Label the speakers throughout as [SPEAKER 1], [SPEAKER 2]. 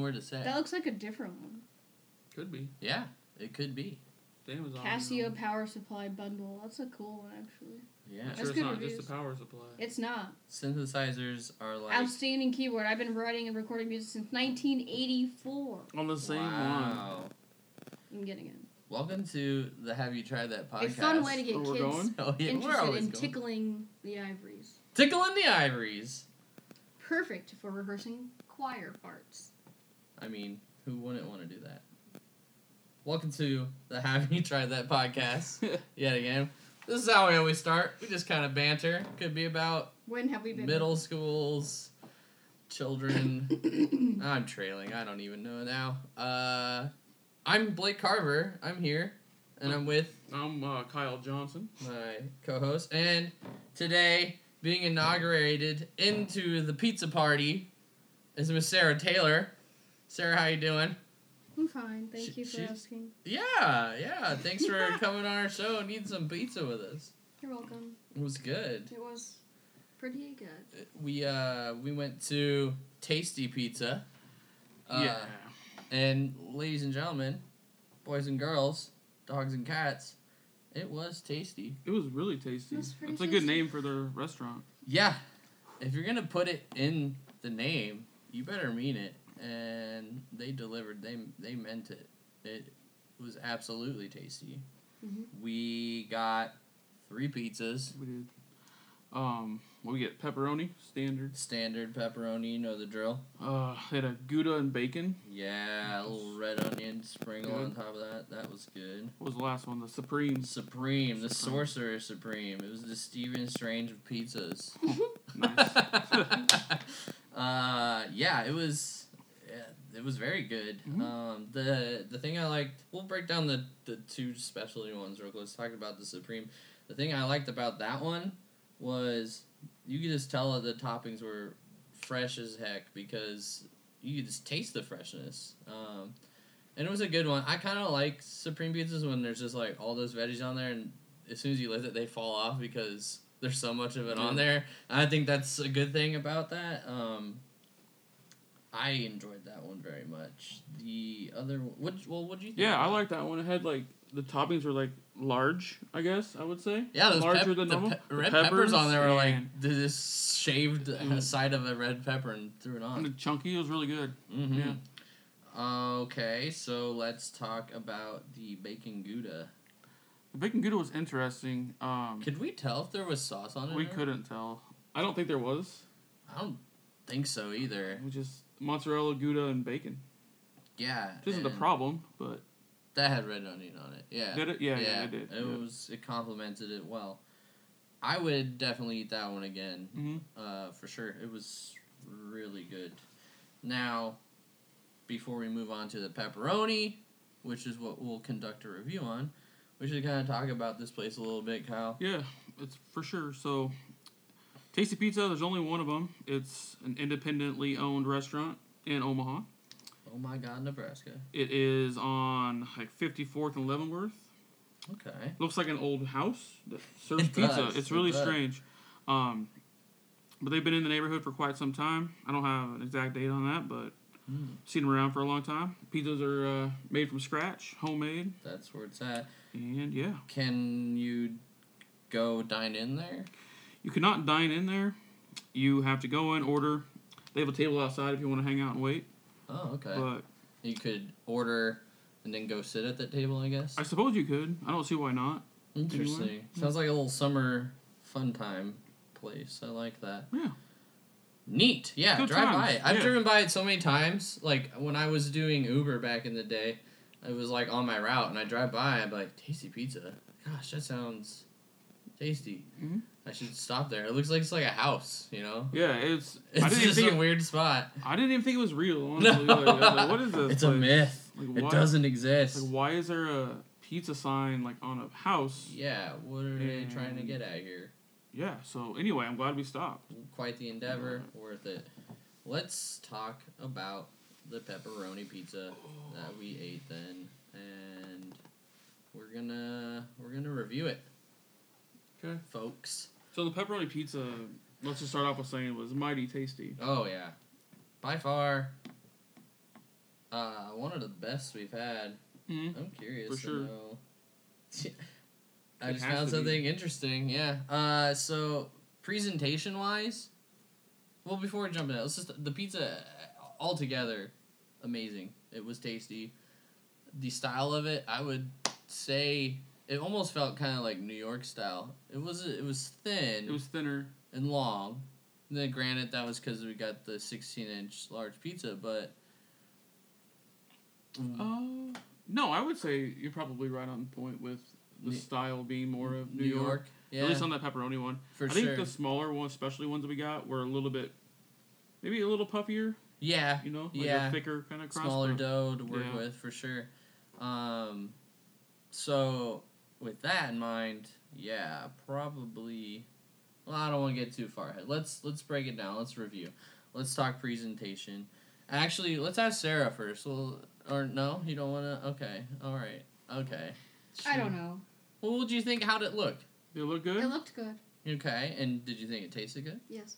[SPEAKER 1] hard to say.
[SPEAKER 2] That looks like a different one.
[SPEAKER 3] Could be.
[SPEAKER 1] yeah, it could be.
[SPEAKER 3] The Amazon. you
[SPEAKER 2] Casio
[SPEAKER 3] know.
[SPEAKER 1] Um,
[SPEAKER 2] power supply bundle. That's a cool one, actually.
[SPEAKER 1] Yeah.
[SPEAKER 3] I'm
[SPEAKER 2] That's
[SPEAKER 3] sure it's
[SPEAKER 2] good
[SPEAKER 3] not
[SPEAKER 2] reviews.
[SPEAKER 3] just the power supply.
[SPEAKER 2] It's not.
[SPEAKER 1] Synthesizers are like
[SPEAKER 2] Outstanding keyboard. I've been writing and recording music since 1984.
[SPEAKER 3] On the same
[SPEAKER 1] wow.
[SPEAKER 3] one.
[SPEAKER 2] I'm getting it.
[SPEAKER 1] Welcome to the Have You Tried That podcast.
[SPEAKER 2] A fun way to get
[SPEAKER 3] Oh, we're
[SPEAKER 2] kids
[SPEAKER 3] going?
[SPEAKER 1] Oh yeah, we're
[SPEAKER 2] interested
[SPEAKER 1] always
[SPEAKER 2] in
[SPEAKER 1] going.
[SPEAKER 2] tickling the ivories.
[SPEAKER 1] tickling the ivories.
[SPEAKER 2] Perfect for rehearsing choir parts.
[SPEAKER 1] I mean, who wouldn't want to do that? Welcome to the Have You Tried That podcast. Yet again, this is how we always start. We just kind of banter. Could be about
[SPEAKER 2] When have we been?
[SPEAKER 1] middle schools, children. I'm trailing. I don't even know now. Uh, I'm Blake Carver. I'm here, and I'm with
[SPEAKER 3] I'm uh, Kyle Johnson.
[SPEAKER 1] my co-host, and today being inaugurated into the pizza party is Miss Sarah Taylor. Sarah, how you doing?
[SPEAKER 2] I'm fine. Thank
[SPEAKER 1] She-
[SPEAKER 2] you for
[SPEAKER 1] she-
[SPEAKER 2] asking.
[SPEAKER 1] Yeah, yeah. Thanks for coming on our show and eating some pizza with us.
[SPEAKER 2] You're welcome.
[SPEAKER 1] It was good.
[SPEAKER 2] It was pretty good.
[SPEAKER 1] We uh we went to Tasty Pizza. Uh,
[SPEAKER 3] yeah.
[SPEAKER 1] And ladies and gentlemen, boys and girls, dogs and cats, it was tasty.
[SPEAKER 3] It was really tasty.
[SPEAKER 2] That's
[SPEAKER 3] That's,
[SPEAKER 2] pretty
[SPEAKER 3] a good
[SPEAKER 2] tasty.
[SPEAKER 3] name for their restaurant.
[SPEAKER 1] Yeah. If you're gonna put it in the name, you better mean it. And they delivered. They they meant it. It was absolutely tasty.
[SPEAKER 2] Mhm.
[SPEAKER 1] We got three pizzas.
[SPEAKER 3] We did. Um, what we get pepperoni standard.
[SPEAKER 1] Standard pepperoni, you know the drill.
[SPEAKER 3] Uh, they had a gouda and bacon.
[SPEAKER 1] Yeah, a little red onion sprinkle on top of that. That was good.
[SPEAKER 3] What was the last one? The supreme.
[SPEAKER 1] Supreme, the
[SPEAKER 3] Supreme.
[SPEAKER 1] Sorcerer Supreme. It was the Steven Strange of pizzas.
[SPEAKER 3] Nice.
[SPEAKER 1] uh, yeah, it was. yeah, It was very good.
[SPEAKER 3] Mhm.
[SPEAKER 1] Um, the the thing I liked, we'll break down the, the two specialty ones real quick. Let's talk about the Supreme. The thing I liked about that one was you could just tell that the toppings were fresh as heck because you could just taste the freshness. Um, and it was a good one. I kind of like Supreme pizzas when there's just like all those veggies on there, and as soon as you lift it, they fall off because there's so much of it on
[SPEAKER 3] Yeah.
[SPEAKER 1] there. I think that's a good thing about that. Um, I enjoyed that one very much. The other, what? Well, what do you? Think
[SPEAKER 3] yeah, I
[SPEAKER 1] about-
[SPEAKER 3] like that one. It had like the toppings were like large. I guess I would say.
[SPEAKER 1] Yeah, those
[SPEAKER 3] larger
[SPEAKER 1] pep-
[SPEAKER 3] than
[SPEAKER 1] the
[SPEAKER 3] normal.
[SPEAKER 1] pe-
[SPEAKER 3] The
[SPEAKER 1] red peppers, on there were like
[SPEAKER 3] and-
[SPEAKER 1] this shaved uh, side of a red pepper and threw it
[SPEAKER 3] and the
[SPEAKER 1] on.
[SPEAKER 3] chunky was really good.
[SPEAKER 1] Mm-hmm.
[SPEAKER 3] Yeah.
[SPEAKER 1] Okay, so let's talk about the bacon gouda.
[SPEAKER 3] The bacon gouda was interesting. Um,
[SPEAKER 1] Could we tell if there was sauce on it?
[SPEAKER 3] we
[SPEAKER 1] or not?
[SPEAKER 3] couldn't tell. I don't think there was.
[SPEAKER 1] I don't think so either.
[SPEAKER 3] It was just mozzarella, gouda, and bacon.
[SPEAKER 1] Yeah.
[SPEAKER 3] Which isn't a
[SPEAKER 1] and
[SPEAKER 3] problem, but
[SPEAKER 1] That had red onion on it. Yeah.
[SPEAKER 3] did it? Yeah, yeah, it did.
[SPEAKER 1] It was. It complemented it well. I would definitely eat that one again.
[SPEAKER 3] hmm
[SPEAKER 1] uh, for sure. It was really good. Now, before we move on to the pepperoni, which is what we'll conduct a review on, we should kind of talk about this place a little bit, Kyle.
[SPEAKER 3] Yeah, it's for sure. So, Tasty Pizza. There's only one of them. It's an independently owned restaurant in Omaha.
[SPEAKER 1] Oh my God, Nebraska.
[SPEAKER 3] It is on like 54th and Leavenworth.
[SPEAKER 1] Okay.
[SPEAKER 3] Looks like an old house that serves
[SPEAKER 1] It
[SPEAKER 3] pizza.
[SPEAKER 1] does,
[SPEAKER 3] It's
[SPEAKER 1] it
[SPEAKER 3] really
[SPEAKER 1] does.
[SPEAKER 3] strange. Um, but they've been in the neighborhood for quite some time. I don't have an exact date on that, but
[SPEAKER 1] Hmm.
[SPEAKER 3] seen them around for a long time. Pizzas are uh, made from scratch, homemade,
[SPEAKER 1] That's where it's at.
[SPEAKER 3] and yeah,
[SPEAKER 1] Can you go dine in there?
[SPEAKER 3] you cannot dine in there. You have to go in order. They have a table outside if you want to hang out and wait.
[SPEAKER 1] Oh, okay.
[SPEAKER 3] But
[SPEAKER 1] you could order and then go sit at that table, I guess.
[SPEAKER 3] I suppose you could. I don't see why not.
[SPEAKER 1] Interesting.
[SPEAKER 3] Anywhere. Hmm.
[SPEAKER 1] Sounds like a little summer fun time place. I like that.
[SPEAKER 3] Yeah.
[SPEAKER 1] Neat. Yeah,
[SPEAKER 3] Good
[SPEAKER 1] drive by
[SPEAKER 3] times,
[SPEAKER 1] it. I've
[SPEAKER 3] yeah.
[SPEAKER 1] driven by it so many times. Like when I was doing Uber back in the day, it was like on my route, and I drive by. I'm like, tasty pizza. Gosh, that sounds tasty.
[SPEAKER 3] Mhm.
[SPEAKER 1] I should stop there. It looks like it's like a house. You know,
[SPEAKER 3] Yeah, it's. I
[SPEAKER 1] it's
[SPEAKER 3] didn't even
[SPEAKER 1] just
[SPEAKER 3] think.
[SPEAKER 1] a
[SPEAKER 3] It,
[SPEAKER 1] weird spot.
[SPEAKER 3] I didn't even think it was real. Honestly, like, I was like, what is this?
[SPEAKER 1] It's a
[SPEAKER 3] place?
[SPEAKER 1] myth.
[SPEAKER 3] Like,
[SPEAKER 1] It
[SPEAKER 3] why-
[SPEAKER 1] doesn't exist.
[SPEAKER 3] Like, why is there a pizza sign like on a house? Yeah.
[SPEAKER 1] yeah, what are they trying to
[SPEAKER 3] And-
[SPEAKER 1] get at here?
[SPEAKER 3] So anyway, I'm glad we stopped.
[SPEAKER 1] Quite the endeavor. Worth it. Let's talk about the pepperoni pizza. that we ate then, and we're gonna we're gonna review it,
[SPEAKER 3] Okay.
[SPEAKER 1] folks.
[SPEAKER 3] So the pepperoni pizza. Let's just start off with saying was mighty tasty.
[SPEAKER 1] Oh yeah, by far uh, one of the best we've had.
[SPEAKER 3] hmm
[SPEAKER 1] I'm curious
[SPEAKER 3] For
[SPEAKER 1] to
[SPEAKER 3] sure.
[SPEAKER 1] know. I
[SPEAKER 3] It
[SPEAKER 1] just
[SPEAKER 3] has
[SPEAKER 1] found
[SPEAKER 3] to be.
[SPEAKER 1] something interesting. Yeah. Uh, so presentation wise, well, before we jump in, let's just the pizza uh, altogether amazing. It was tasty. The style of it, I would say, it almost felt kind of like New York style. It was it was thin
[SPEAKER 3] It was thinner.
[SPEAKER 1] and long. And then, granted, that was because we got the 16 inch large pizza, but Oh.
[SPEAKER 3] Uh, no, I would say you're probably right on point with the
[SPEAKER 1] New-
[SPEAKER 3] style being more of New, York.
[SPEAKER 1] yeah,
[SPEAKER 3] At least on that pepperoni one.
[SPEAKER 1] for
[SPEAKER 3] I think
[SPEAKER 1] sure.
[SPEAKER 3] the smaller ones, especially ones we got, were a little bit, maybe a little puffier.
[SPEAKER 1] yeah,
[SPEAKER 3] You know, like
[SPEAKER 1] Yeah.
[SPEAKER 3] a thicker kind of crust.
[SPEAKER 1] smaller
[SPEAKER 3] but-
[SPEAKER 1] dough to work
[SPEAKER 3] Yeah.
[SPEAKER 1] with for sure. Um, so with that in mind, yeah, probably. Well, I don't want to get too far ahead. Let's let's break it down. Let's review. Let's talk presentation. Actually, let's ask Sarah first. Well, or no, you don't want to. Okay, all right, okay.
[SPEAKER 2] I don't know.
[SPEAKER 1] Well, what do you think? How'd it look?
[SPEAKER 3] They look good.
[SPEAKER 2] It looked good.
[SPEAKER 1] Okay, and did you think it tasted good?
[SPEAKER 2] Yes.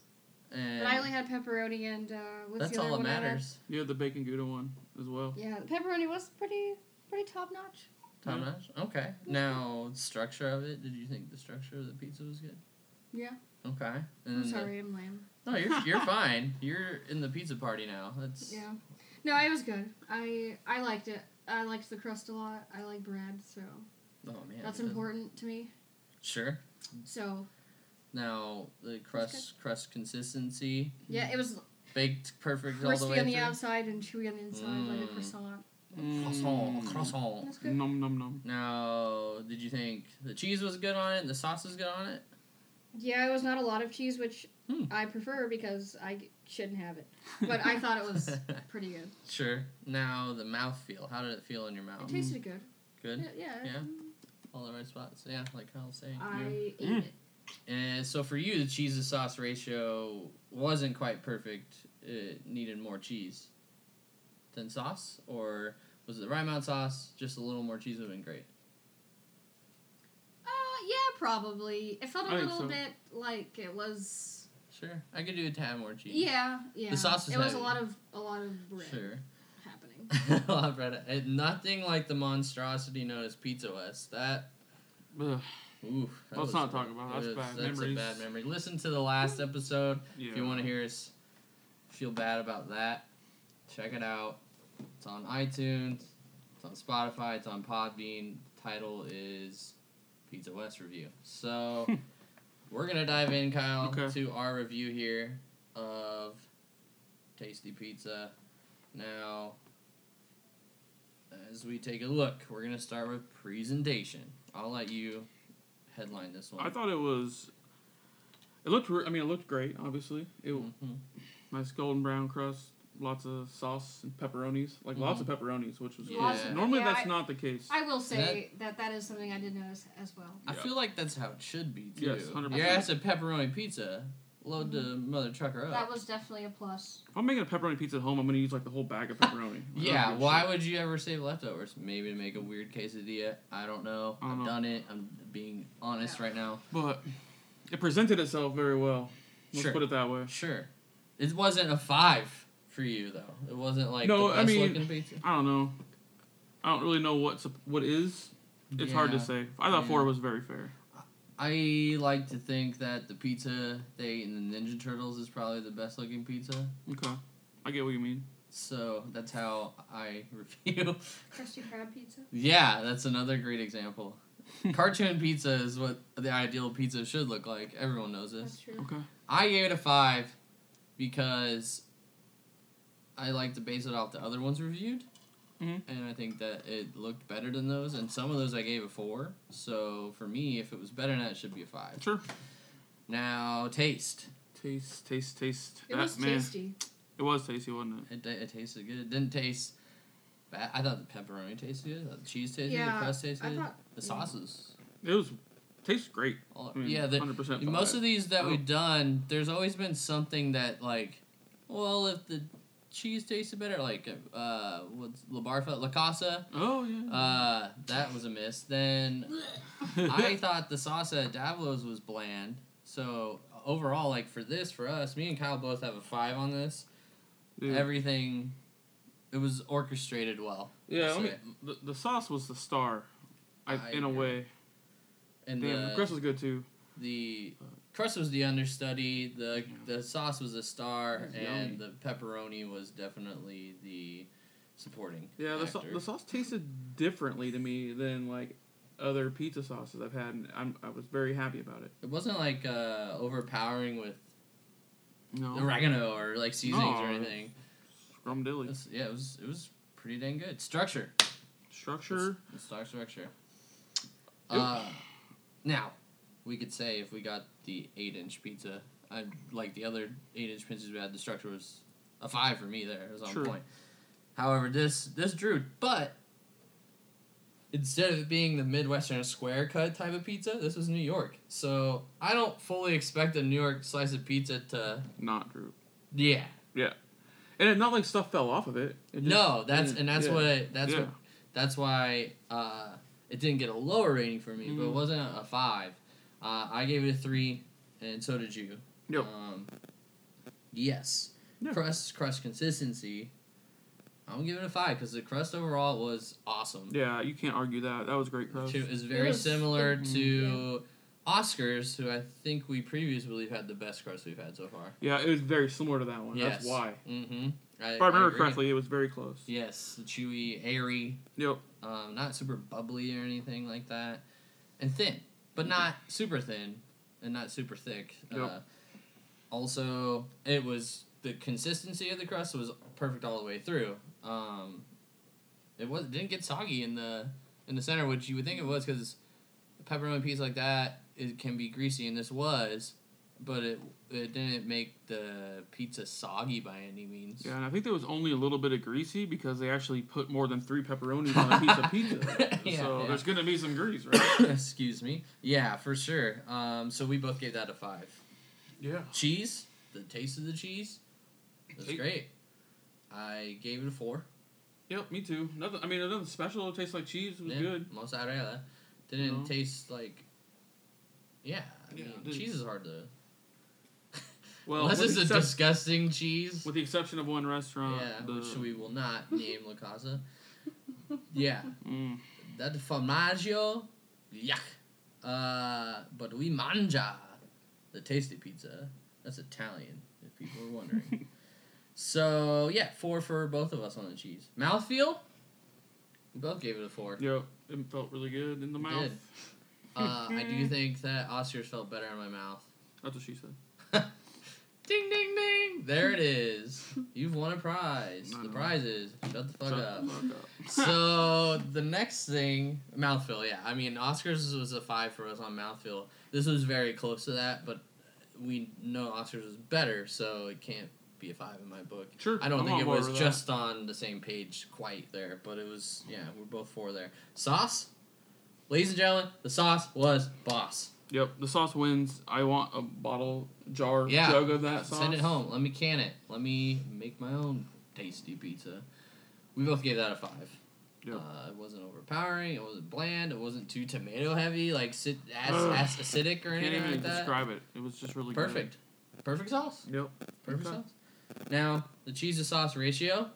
[SPEAKER 1] And
[SPEAKER 2] But I only had pepperoni and uh, what's
[SPEAKER 1] that's
[SPEAKER 2] the other
[SPEAKER 1] all that
[SPEAKER 2] one I had?
[SPEAKER 1] matters.
[SPEAKER 3] yeah, the bacon gouda one as well.
[SPEAKER 2] Yeah, the pepperoni was pretty pretty top notch.
[SPEAKER 1] Top notch. Okay. Now structure of it. Did you think the structure of the pizza was good?
[SPEAKER 2] Yeah.
[SPEAKER 1] Okay. And then
[SPEAKER 2] I'm
[SPEAKER 1] the-
[SPEAKER 2] sorry, I'm lame.
[SPEAKER 1] no, you're you're fine. You're in the pizza party now. That's
[SPEAKER 2] Yeah. No, it was good. I I liked it. I liked the crust a lot. I like bread, so
[SPEAKER 1] Oh man.
[SPEAKER 2] that's
[SPEAKER 1] it does-
[SPEAKER 2] important to me.
[SPEAKER 1] Sure.
[SPEAKER 2] So
[SPEAKER 1] Now the crust crust consistency
[SPEAKER 2] yeah, it was
[SPEAKER 1] baked perfect all the
[SPEAKER 2] crispy
[SPEAKER 1] way
[SPEAKER 2] on the
[SPEAKER 1] through.
[SPEAKER 2] outside and chewy on the inside, like a
[SPEAKER 1] Mm. Oh,
[SPEAKER 2] croissant.
[SPEAKER 1] Croissant.
[SPEAKER 3] Mm.
[SPEAKER 1] Croissant.
[SPEAKER 2] That's good.
[SPEAKER 3] Nom nom nom.
[SPEAKER 1] Now, did you think the cheese was good on it and the sauce was good on it?
[SPEAKER 2] Yeah, it was not a lot of cheese, which
[SPEAKER 1] Hmm.
[SPEAKER 2] I prefer because I g- shouldn't have it. But I thought it was pretty good.
[SPEAKER 1] sure. Now the mouth feel. How did it feel in your
[SPEAKER 2] It
[SPEAKER 1] mouth?
[SPEAKER 2] tasted good.
[SPEAKER 1] Good.
[SPEAKER 2] Yeah. yeah.
[SPEAKER 1] Mm. Yeah. all the right spots. Yeah, like Kyle's saying.
[SPEAKER 2] I ate
[SPEAKER 3] Mm.
[SPEAKER 2] it.
[SPEAKER 1] and so for you, the cheese to sauce ratio wasn't quite perfect. It needed more cheese than sauce, or was it the right amount of sauce? Just a little more cheese would have been great.
[SPEAKER 2] Uh, yeah, probably. It felt a
[SPEAKER 3] I think
[SPEAKER 2] little
[SPEAKER 3] so.
[SPEAKER 2] bit like it was.
[SPEAKER 1] Sure, I could do a tad more cheese.
[SPEAKER 2] Yeah, yeah.
[SPEAKER 1] sauce was
[SPEAKER 2] It was a
[SPEAKER 1] heavy.
[SPEAKER 2] lot of a lot of bread
[SPEAKER 1] Sure.
[SPEAKER 2] happening.
[SPEAKER 1] a lot of bread. And nothing like the monstrosity known as Pizza West. That.
[SPEAKER 3] Ugh,
[SPEAKER 1] Ooh, that
[SPEAKER 3] Let's
[SPEAKER 1] was
[SPEAKER 3] not
[SPEAKER 1] a-
[SPEAKER 3] talk about it.
[SPEAKER 1] it
[SPEAKER 3] That's
[SPEAKER 1] was-
[SPEAKER 3] bad
[SPEAKER 1] that's
[SPEAKER 3] memories.
[SPEAKER 1] a bad memory. Listen to the last episode
[SPEAKER 3] yeah.
[SPEAKER 1] if you want to hear us feel bad about that. Check it out. It's on iTunes. It's on Spotify. It's on Podbean. title is Pizza West review. So we're gonna dive in, Kyle,
[SPEAKER 3] Okay.
[SPEAKER 1] to our review here of Tasty Pizza. Now, as we take a look, we're gonna start with presentation. I'll let you headline this one.
[SPEAKER 3] I thought it was. It looked. re- I mean, it looked great. Obviously, it was
[SPEAKER 1] Mhm.
[SPEAKER 3] nice golden brown crust, lots of sauce and pepperonis, like lots of pepperonis, which was
[SPEAKER 1] Lots
[SPEAKER 3] cool.
[SPEAKER 1] of-
[SPEAKER 3] normally
[SPEAKER 2] yeah,
[SPEAKER 3] that's
[SPEAKER 2] I-
[SPEAKER 3] not the case.
[SPEAKER 2] I will say that that is something I did notice as well.
[SPEAKER 1] I
[SPEAKER 3] Yeah.
[SPEAKER 1] feel like that's how it should be too.
[SPEAKER 3] Yes, 100%.
[SPEAKER 1] You're asked a pepperoni pizza. Load the mother trucker up.
[SPEAKER 2] Mm-hmm. That was definitely a plus.
[SPEAKER 3] if I'm making a pepperoni pizza at home, I'm gonna use like the whole bag of pepperoni.
[SPEAKER 1] yeah, why would you ever save leftovers? Maybe to make a weird quesadilla. I don't know.
[SPEAKER 3] I don't
[SPEAKER 1] I've
[SPEAKER 3] know.
[SPEAKER 1] done it. I'm being honest
[SPEAKER 2] Yeah.
[SPEAKER 1] right now.
[SPEAKER 3] But it presented itself very well. Let's
[SPEAKER 1] Sure.
[SPEAKER 3] put it that way.
[SPEAKER 1] Sure. It wasn't a five for you though. It wasn't like
[SPEAKER 3] No,
[SPEAKER 1] the
[SPEAKER 3] I
[SPEAKER 1] best
[SPEAKER 3] mean,
[SPEAKER 1] looking pizza.
[SPEAKER 3] I don't know. I don't really know what's what is. It's hard to
[SPEAKER 1] Yeah.
[SPEAKER 3] say. I thought
[SPEAKER 1] Yeah.
[SPEAKER 3] four was very fair.
[SPEAKER 1] I like to think that the pizza they ate in the Ninja Turtles is probably the best looking pizza.
[SPEAKER 3] Okay, I get what you mean.
[SPEAKER 1] So that's how I review.
[SPEAKER 2] Krusty Krab pizza.
[SPEAKER 1] yeah, that's another great example. Cartoon pizza is what the ideal pizza should look like. Everyone knows
[SPEAKER 2] That's
[SPEAKER 1] this.
[SPEAKER 2] true.
[SPEAKER 3] Okay.
[SPEAKER 1] I gave it a five because I like to base it off the other ones reviewed,
[SPEAKER 3] Mhm.
[SPEAKER 1] and I think that it looked better than those. And some of those I gave a four. So for me, if it was better than that, it should be a five.
[SPEAKER 3] Sure.
[SPEAKER 1] Now taste.
[SPEAKER 3] Taste, taste, taste.
[SPEAKER 2] It
[SPEAKER 3] that
[SPEAKER 2] was
[SPEAKER 3] Ah, man.
[SPEAKER 2] tasty.
[SPEAKER 3] It was tasty, wasn't it?
[SPEAKER 1] It, ta- it tasted good. It didn't taste bad. I thought the pepperoni tasted good. I thought the cheese tasted good.
[SPEAKER 2] Yeah,
[SPEAKER 1] The crust tasted
[SPEAKER 2] I
[SPEAKER 1] good.
[SPEAKER 2] thought
[SPEAKER 1] The sauces.
[SPEAKER 3] It was tastes great.
[SPEAKER 1] All,
[SPEAKER 3] I mean,
[SPEAKER 1] yeah, the,
[SPEAKER 3] hundred percent.
[SPEAKER 1] Most of these that
[SPEAKER 3] Oh.
[SPEAKER 1] we've done, there's always been something that like, well, if the cheese tasted better, like uh, what's La Barfa La Casa,
[SPEAKER 3] Oh yeah.
[SPEAKER 1] uh, that was a miss. Then I thought the salsa at Davlos was bland. So overall, like for this, for us, me and Kyle both have a five on this.
[SPEAKER 3] Yeah.
[SPEAKER 1] Everything it was orchestrated well. I'll
[SPEAKER 3] Yeah, I mean,
[SPEAKER 1] say.
[SPEAKER 3] the, the sauce was the star, I,
[SPEAKER 1] I
[SPEAKER 3] in a
[SPEAKER 1] agree.
[SPEAKER 3] way.
[SPEAKER 1] and
[SPEAKER 3] Damn, the,
[SPEAKER 1] the
[SPEAKER 3] crust was good too.
[SPEAKER 1] the crust was the understudy. the The sauce was a star,
[SPEAKER 3] That's
[SPEAKER 1] and the pepperoni was definitely the supporting.
[SPEAKER 3] Yeah,
[SPEAKER 1] actor.
[SPEAKER 3] the, sa- the sauce tasted differently to me than like other pizza sauces I've had, and I'm, I was very happy about it.
[SPEAKER 1] It wasn't like uh, overpowering with
[SPEAKER 3] No,
[SPEAKER 1] oregano or like seasonings or
[SPEAKER 3] No.
[SPEAKER 1] anything.
[SPEAKER 3] scrum
[SPEAKER 1] It
[SPEAKER 3] dilly
[SPEAKER 1] was- yeah, it was it was pretty dang good. Structure,
[SPEAKER 3] structure.
[SPEAKER 1] The star structure.
[SPEAKER 3] Oop.
[SPEAKER 1] Uh, now, we could say if we got the eight inch pizza, I like the other eight inch pizzas we had. The structure was a five for me. There, it was on
[SPEAKER 3] Sure.
[SPEAKER 1] point. However, this this drew, but instead of it being the Midwestern square cut type of pizza, this was New York. So I don't fully expect a New York slice of pizza to.
[SPEAKER 3] Not Drew.
[SPEAKER 1] Yeah,
[SPEAKER 3] And it, not like stuff fell off of it. It just-
[SPEAKER 1] no, that's and that's
[SPEAKER 3] yeah.
[SPEAKER 1] what that's
[SPEAKER 3] yeah.
[SPEAKER 1] what that's why uh, it didn't get a lower rating for me, but it
[SPEAKER 3] Mhm.
[SPEAKER 1] wasn't a five. Uh, I gave it a three, and so did you.
[SPEAKER 3] Yep.
[SPEAKER 1] Um, yes.
[SPEAKER 3] Yeah.
[SPEAKER 1] Crust, crust consistency. I'm giving it a five because the crust overall was awesome.
[SPEAKER 3] Yeah, you can't argue that. That was great crust.
[SPEAKER 1] Two is very
[SPEAKER 2] was-
[SPEAKER 1] similar
[SPEAKER 2] Mhm,
[SPEAKER 1] to Oscars, who I think we previously had the best crust we've had so far.
[SPEAKER 3] Yeah, it was very similar to that one.
[SPEAKER 1] Yes.
[SPEAKER 3] That's why.
[SPEAKER 1] Mm-hmm.
[SPEAKER 3] If I remember correctly, it was very close.
[SPEAKER 1] Yes, the chewy, airy,
[SPEAKER 3] Yep.
[SPEAKER 1] um, not super bubbly or anything like that, and thin, but not super thin and not super thick. Uh,
[SPEAKER 3] Yep.
[SPEAKER 1] also, it was the consistency of the crust was perfect all the way through. Um, it was didn't get soggy in the in the center, which you would think it was because a pepperoni piece like that it can be greasy, and this was, but it it didn't make the pizza soggy by any means.
[SPEAKER 3] Yeah, and I think there was only a little bit of greasy because they actually put more than three pepperonis on a piece of pizza.
[SPEAKER 1] Yeah,
[SPEAKER 3] so
[SPEAKER 1] yeah.
[SPEAKER 3] there's gonna be some grease, right?
[SPEAKER 1] Excuse me. Yeah, for sure. Um, so we both gave that a five.
[SPEAKER 3] yeah.
[SPEAKER 1] Cheese, the taste of the cheese, that's
[SPEAKER 3] Eight.
[SPEAKER 1] great. I gave it a four.
[SPEAKER 3] Yep, me too. Nothing. I mean, nothing special. It tastes like cheese. It was
[SPEAKER 1] Yeah,
[SPEAKER 3] good.
[SPEAKER 1] Mozzarella didn't
[SPEAKER 3] No.
[SPEAKER 1] taste like. Yeah, I
[SPEAKER 3] Yeah,
[SPEAKER 1] mean,
[SPEAKER 3] it didn't.
[SPEAKER 1] cheese is hard to.
[SPEAKER 3] Well,
[SPEAKER 1] unless
[SPEAKER 3] with,
[SPEAKER 1] it's
[SPEAKER 3] the
[SPEAKER 1] a
[SPEAKER 3] excep-
[SPEAKER 1] disgusting cheese.
[SPEAKER 3] with the exception of one restaurant.
[SPEAKER 1] yeah,
[SPEAKER 3] the-
[SPEAKER 1] which we will not name La Casa. yeah,
[SPEAKER 3] Mm,
[SPEAKER 1] that formaggio, yuck. Uh, but we mangia, the tasty pizza. That's Italian, if people are wondering. so yeah, four for both of us on the cheese. Mouthfeel, we both gave it a four.
[SPEAKER 3] yep, it felt really good in the mouth.
[SPEAKER 1] did. Uh, I do think that Oscars felt better in my mouth.
[SPEAKER 3] That's what she said.
[SPEAKER 1] Ding ding ding! There it is. You've won a prize.
[SPEAKER 3] I
[SPEAKER 1] The
[SPEAKER 3] know.
[SPEAKER 1] prize is shut the fuck
[SPEAKER 3] Shut
[SPEAKER 1] up.
[SPEAKER 3] the fuck up.
[SPEAKER 1] so the next thing, mouthfeel. Yeah, I mean, Oscars was a five for us on mouthfeel. This was very close to that, but we know Oscars was better, so it can't be a five in my book.
[SPEAKER 3] Sure.
[SPEAKER 1] I don't
[SPEAKER 3] I'm
[SPEAKER 1] think
[SPEAKER 3] on
[SPEAKER 1] it
[SPEAKER 3] board
[SPEAKER 1] was
[SPEAKER 3] with that.
[SPEAKER 1] just on the same page quite there, but it was. Yeah, we're both four there. Sauce, ladies and gentlemen, the sauce was boss.
[SPEAKER 3] Yep, the sauce wins. I want a bottle, jar,
[SPEAKER 1] Yeah.
[SPEAKER 3] jug of that sauce.
[SPEAKER 1] Send it home. Let me can it. Let me make my own tasty pizza. We both gave that a five.
[SPEAKER 3] Yep.
[SPEAKER 1] Uh, it wasn't overpowering. It wasn't bland. It wasn't too tomato heavy, like sit as,
[SPEAKER 3] Ugh.
[SPEAKER 1] as acidic or
[SPEAKER 3] Can't
[SPEAKER 1] anything
[SPEAKER 3] even
[SPEAKER 1] like that.
[SPEAKER 3] describe it. It was just really
[SPEAKER 1] Perfect. Perfect sauce.
[SPEAKER 3] good. Perfect.
[SPEAKER 1] Perfect
[SPEAKER 3] Okay.
[SPEAKER 1] sauce. Now the cheese to sauce ratio.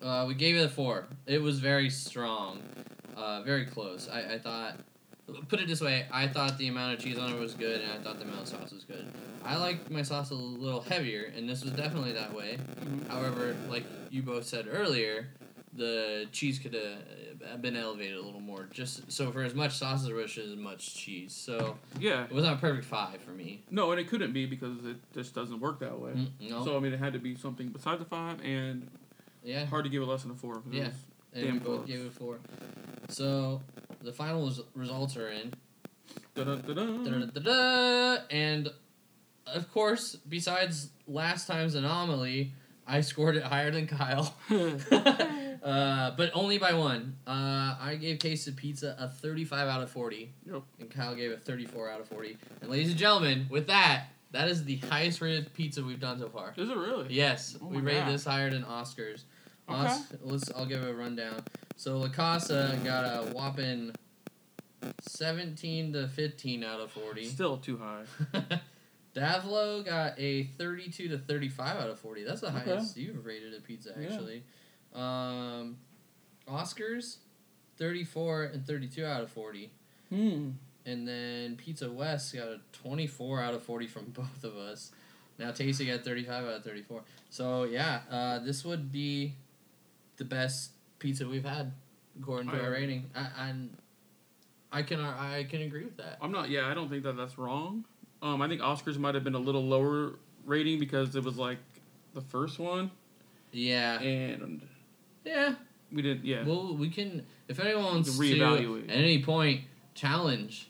[SPEAKER 1] Uh, we gave it a four. It was very strong, uh, very close. I, I thought. Put it this way, I thought the amount of cheese on it was good, and I thought the amount of sauce was good. I like my sauce a little heavier, and this was definitely that way.
[SPEAKER 3] Yep. Mhm.
[SPEAKER 1] However, like you both said earlier, the cheese could have been elevated a little more. Just so for as much sauce as there was, as much cheese. So
[SPEAKER 3] Yeah.
[SPEAKER 1] it was not a perfect five for me.
[SPEAKER 3] No, and it couldn't be because it just doesn't work that way.
[SPEAKER 1] Mm, No.
[SPEAKER 3] So I mean, it had to be something besides a five, and
[SPEAKER 1] yeah.
[SPEAKER 3] hard to give it less than a four. 'cause it
[SPEAKER 1] Yeah.
[SPEAKER 3] was-
[SPEAKER 1] And
[SPEAKER 3] Damn
[SPEAKER 1] we both
[SPEAKER 3] close.
[SPEAKER 1] gave it a four. So the final res- results are in.
[SPEAKER 3] da-da-da-da.
[SPEAKER 1] Da-da-da-da. And of course, besides last time's anomaly, I scored it higher than Kyle. uh, but only by one. Uh, I gave Tasted Pizza a 35 out of 40.
[SPEAKER 3] Yep.
[SPEAKER 1] And Kyle gave a 34 out of 40. And ladies and gentlemen, with that, that is the highest rated pizza we've done so far.
[SPEAKER 3] Is it really?
[SPEAKER 1] Yes,
[SPEAKER 3] Oh
[SPEAKER 1] we
[SPEAKER 3] my
[SPEAKER 1] rated
[SPEAKER 3] God.
[SPEAKER 1] this higher than Oscars.
[SPEAKER 3] Okay.
[SPEAKER 1] Os- let's. I'll give it a rundown. So La Casa got a whopping seventeen to fifteen out of forty.
[SPEAKER 3] Still too high.
[SPEAKER 1] Davlo got a thirty-two to thirty-five out of forty. That's the
[SPEAKER 3] Okay.
[SPEAKER 1] highest you've rated a pizza
[SPEAKER 3] Yeah.
[SPEAKER 1] actually. Um, Oscars, 34 and 32 out of 40.
[SPEAKER 3] Hmm.
[SPEAKER 1] And then Pizza West got a 24 out of 40 from both of us. Now Tasty got 35 out of 34. So, yeah, uh, this would be the best pizza we've had, according to
[SPEAKER 3] I-
[SPEAKER 1] our rating. I, I'm, I can uh, I can agree with that.
[SPEAKER 3] I'm not. Yeah, I don't think that that's wrong. Um, I think Oscars might have been a little lower rating because it was like the first one,
[SPEAKER 1] Yeah.
[SPEAKER 3] and
[SPEAKER 1] Yeah.
[SPEAKER 3] we didn't. Yeah,
[SPEAKER 1] Well, we can. If anyone wants to,
[SPEAKER 3] Reevaluate.
[SPEAKER 1] at any point, challenge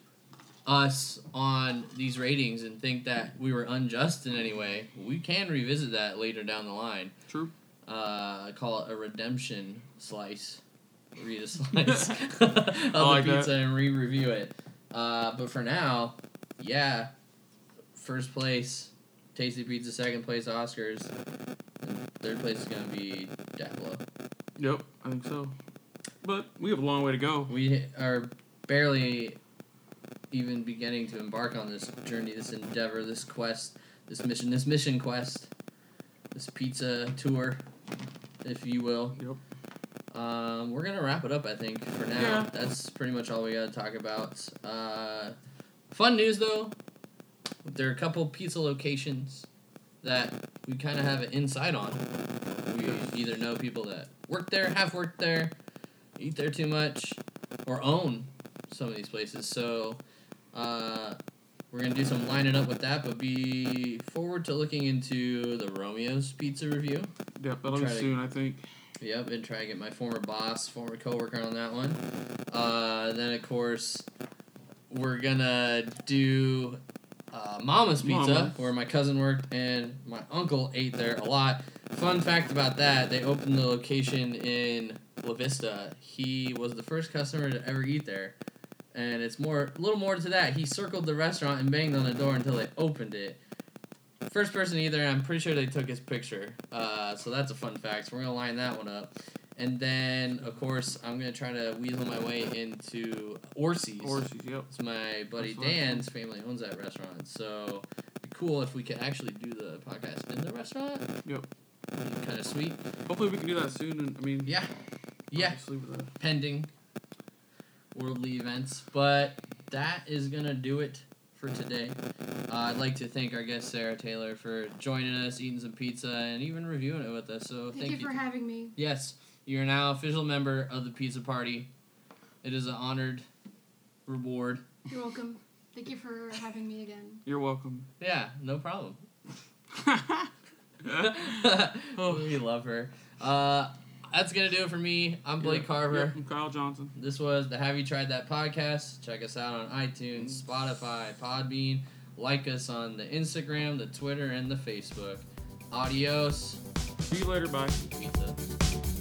[SPEAKER 1] us on these ratings and think that we were unjust in any way, we can revisit that later down the line.
[SPEAKER 3] true.
[SPEAKER 1] Uh, call it a redemption slice, read a slice of
[SPEAKER 3] I like
[SPEAKER 1] the
[SPEAKER 3] that.
[SPEAKER 1] pizza and re-review it. Uh, but for now, yeah, first place, Tasty Pizza. Second place, Oscars. and Third place is gonna be Diablo.
[SPEAKER 3] Yep, I think so. But we have a long way to go.
[SPEAKER 1] We are barely even beginning to embark on this journey, this endeavor, this quest, this mission, this mission quest, this pizza tour, if you will.
[SPEAKER 3] Yep.
[SPEAKER 1] Um, we're gonna wrap it up, I think, for now.
[SPEAKER 3] Yeah.
[SPEAKER 1] That's pretty much all we gotta talk about. Uh, fun news though, there are a couple pizza locations that we kind of have an insight on. We either know people that work there, have worked there, eat there too much, or own some of these places. So, uh, we're gonna do some lining up with that, but be forward to looking into the Romeo's Pizza review.
[SPEAKER 3] Yep, that'll be
[SPEAKER 1] Try to-
[SPEAKER 3] soon. I think.
[SPEAKER 1] Yep, and try to get my former boss, former coworker on that one. Uh, then of course, we're gonna do uh, Mama's Pizza,
[SPEAKER 3] Mama's.
[SPEAKER 1] where my cousin worked and my uncle ate there a lot. Fun fact about that: they opened the location in La Vista. He was the first customer to ever eat there, and it's more, a little more to that. He circled the restaurant and banged on the door until they opened it. First person either, and I'm pretty sure they took his picture. Uh, so that's a fun fact. So we're gonna line that one up, and then of course I'm gonna try to weasel my way into Orsi's.
[SPEAKER 3] Orsies. Yep.
[SPEAKER 1] It's my buddy
[SPEAKER 3] That's what I thought.
[SPEAKER 1] Dan's family owns that restaurant, so it'd be cool if we could actually do the podcast in the restaurant.
[SPEAKER 3] Yep.
[SPEAKER 1] Kind of sweet.
[SPEAKER 3] Hopefully we can do that soon. And I mean,
[SPEAKER 1] Yeah. Yeah.
[SPEAKER 3] obviously with the-
[SPEAKER 1] Pending worldly events, but that is gonna do it for today. Uh, I'd like to thank our guest Sarah Taylor for joining us, eating some pizza, and even reviewing it with us. So
[SPEAKER 2] Thank you for having me.
[SPEAKER 1] Yes, you're now official member of the pizza party. It is an honored reward.
[SPEAKER 2] You're welcome. Thank you for having me again.
[SPEAKER 3] You're welcome.
[SPEAKER 1] Yeah, no problem.
[SPEAKER 3] Yep,
[SPEAKER 1] we love her. Uh, that's gonna do it for me. I'm Blake
[SPEAKER 3] yep,
[SPEAKER 1] Carver.
[SPEAKER 3] I'm Kyle Johnson.
[SPEAKER 1] This was the Have You Tried That podcast. Check us out on iTunes, Spotify, Podbean. Like us on the Instagram, the Twitter, and the Facebook. Adios.
[SPEAKER 3] See you later. Bye.
[SPEAKER 1] Pizza.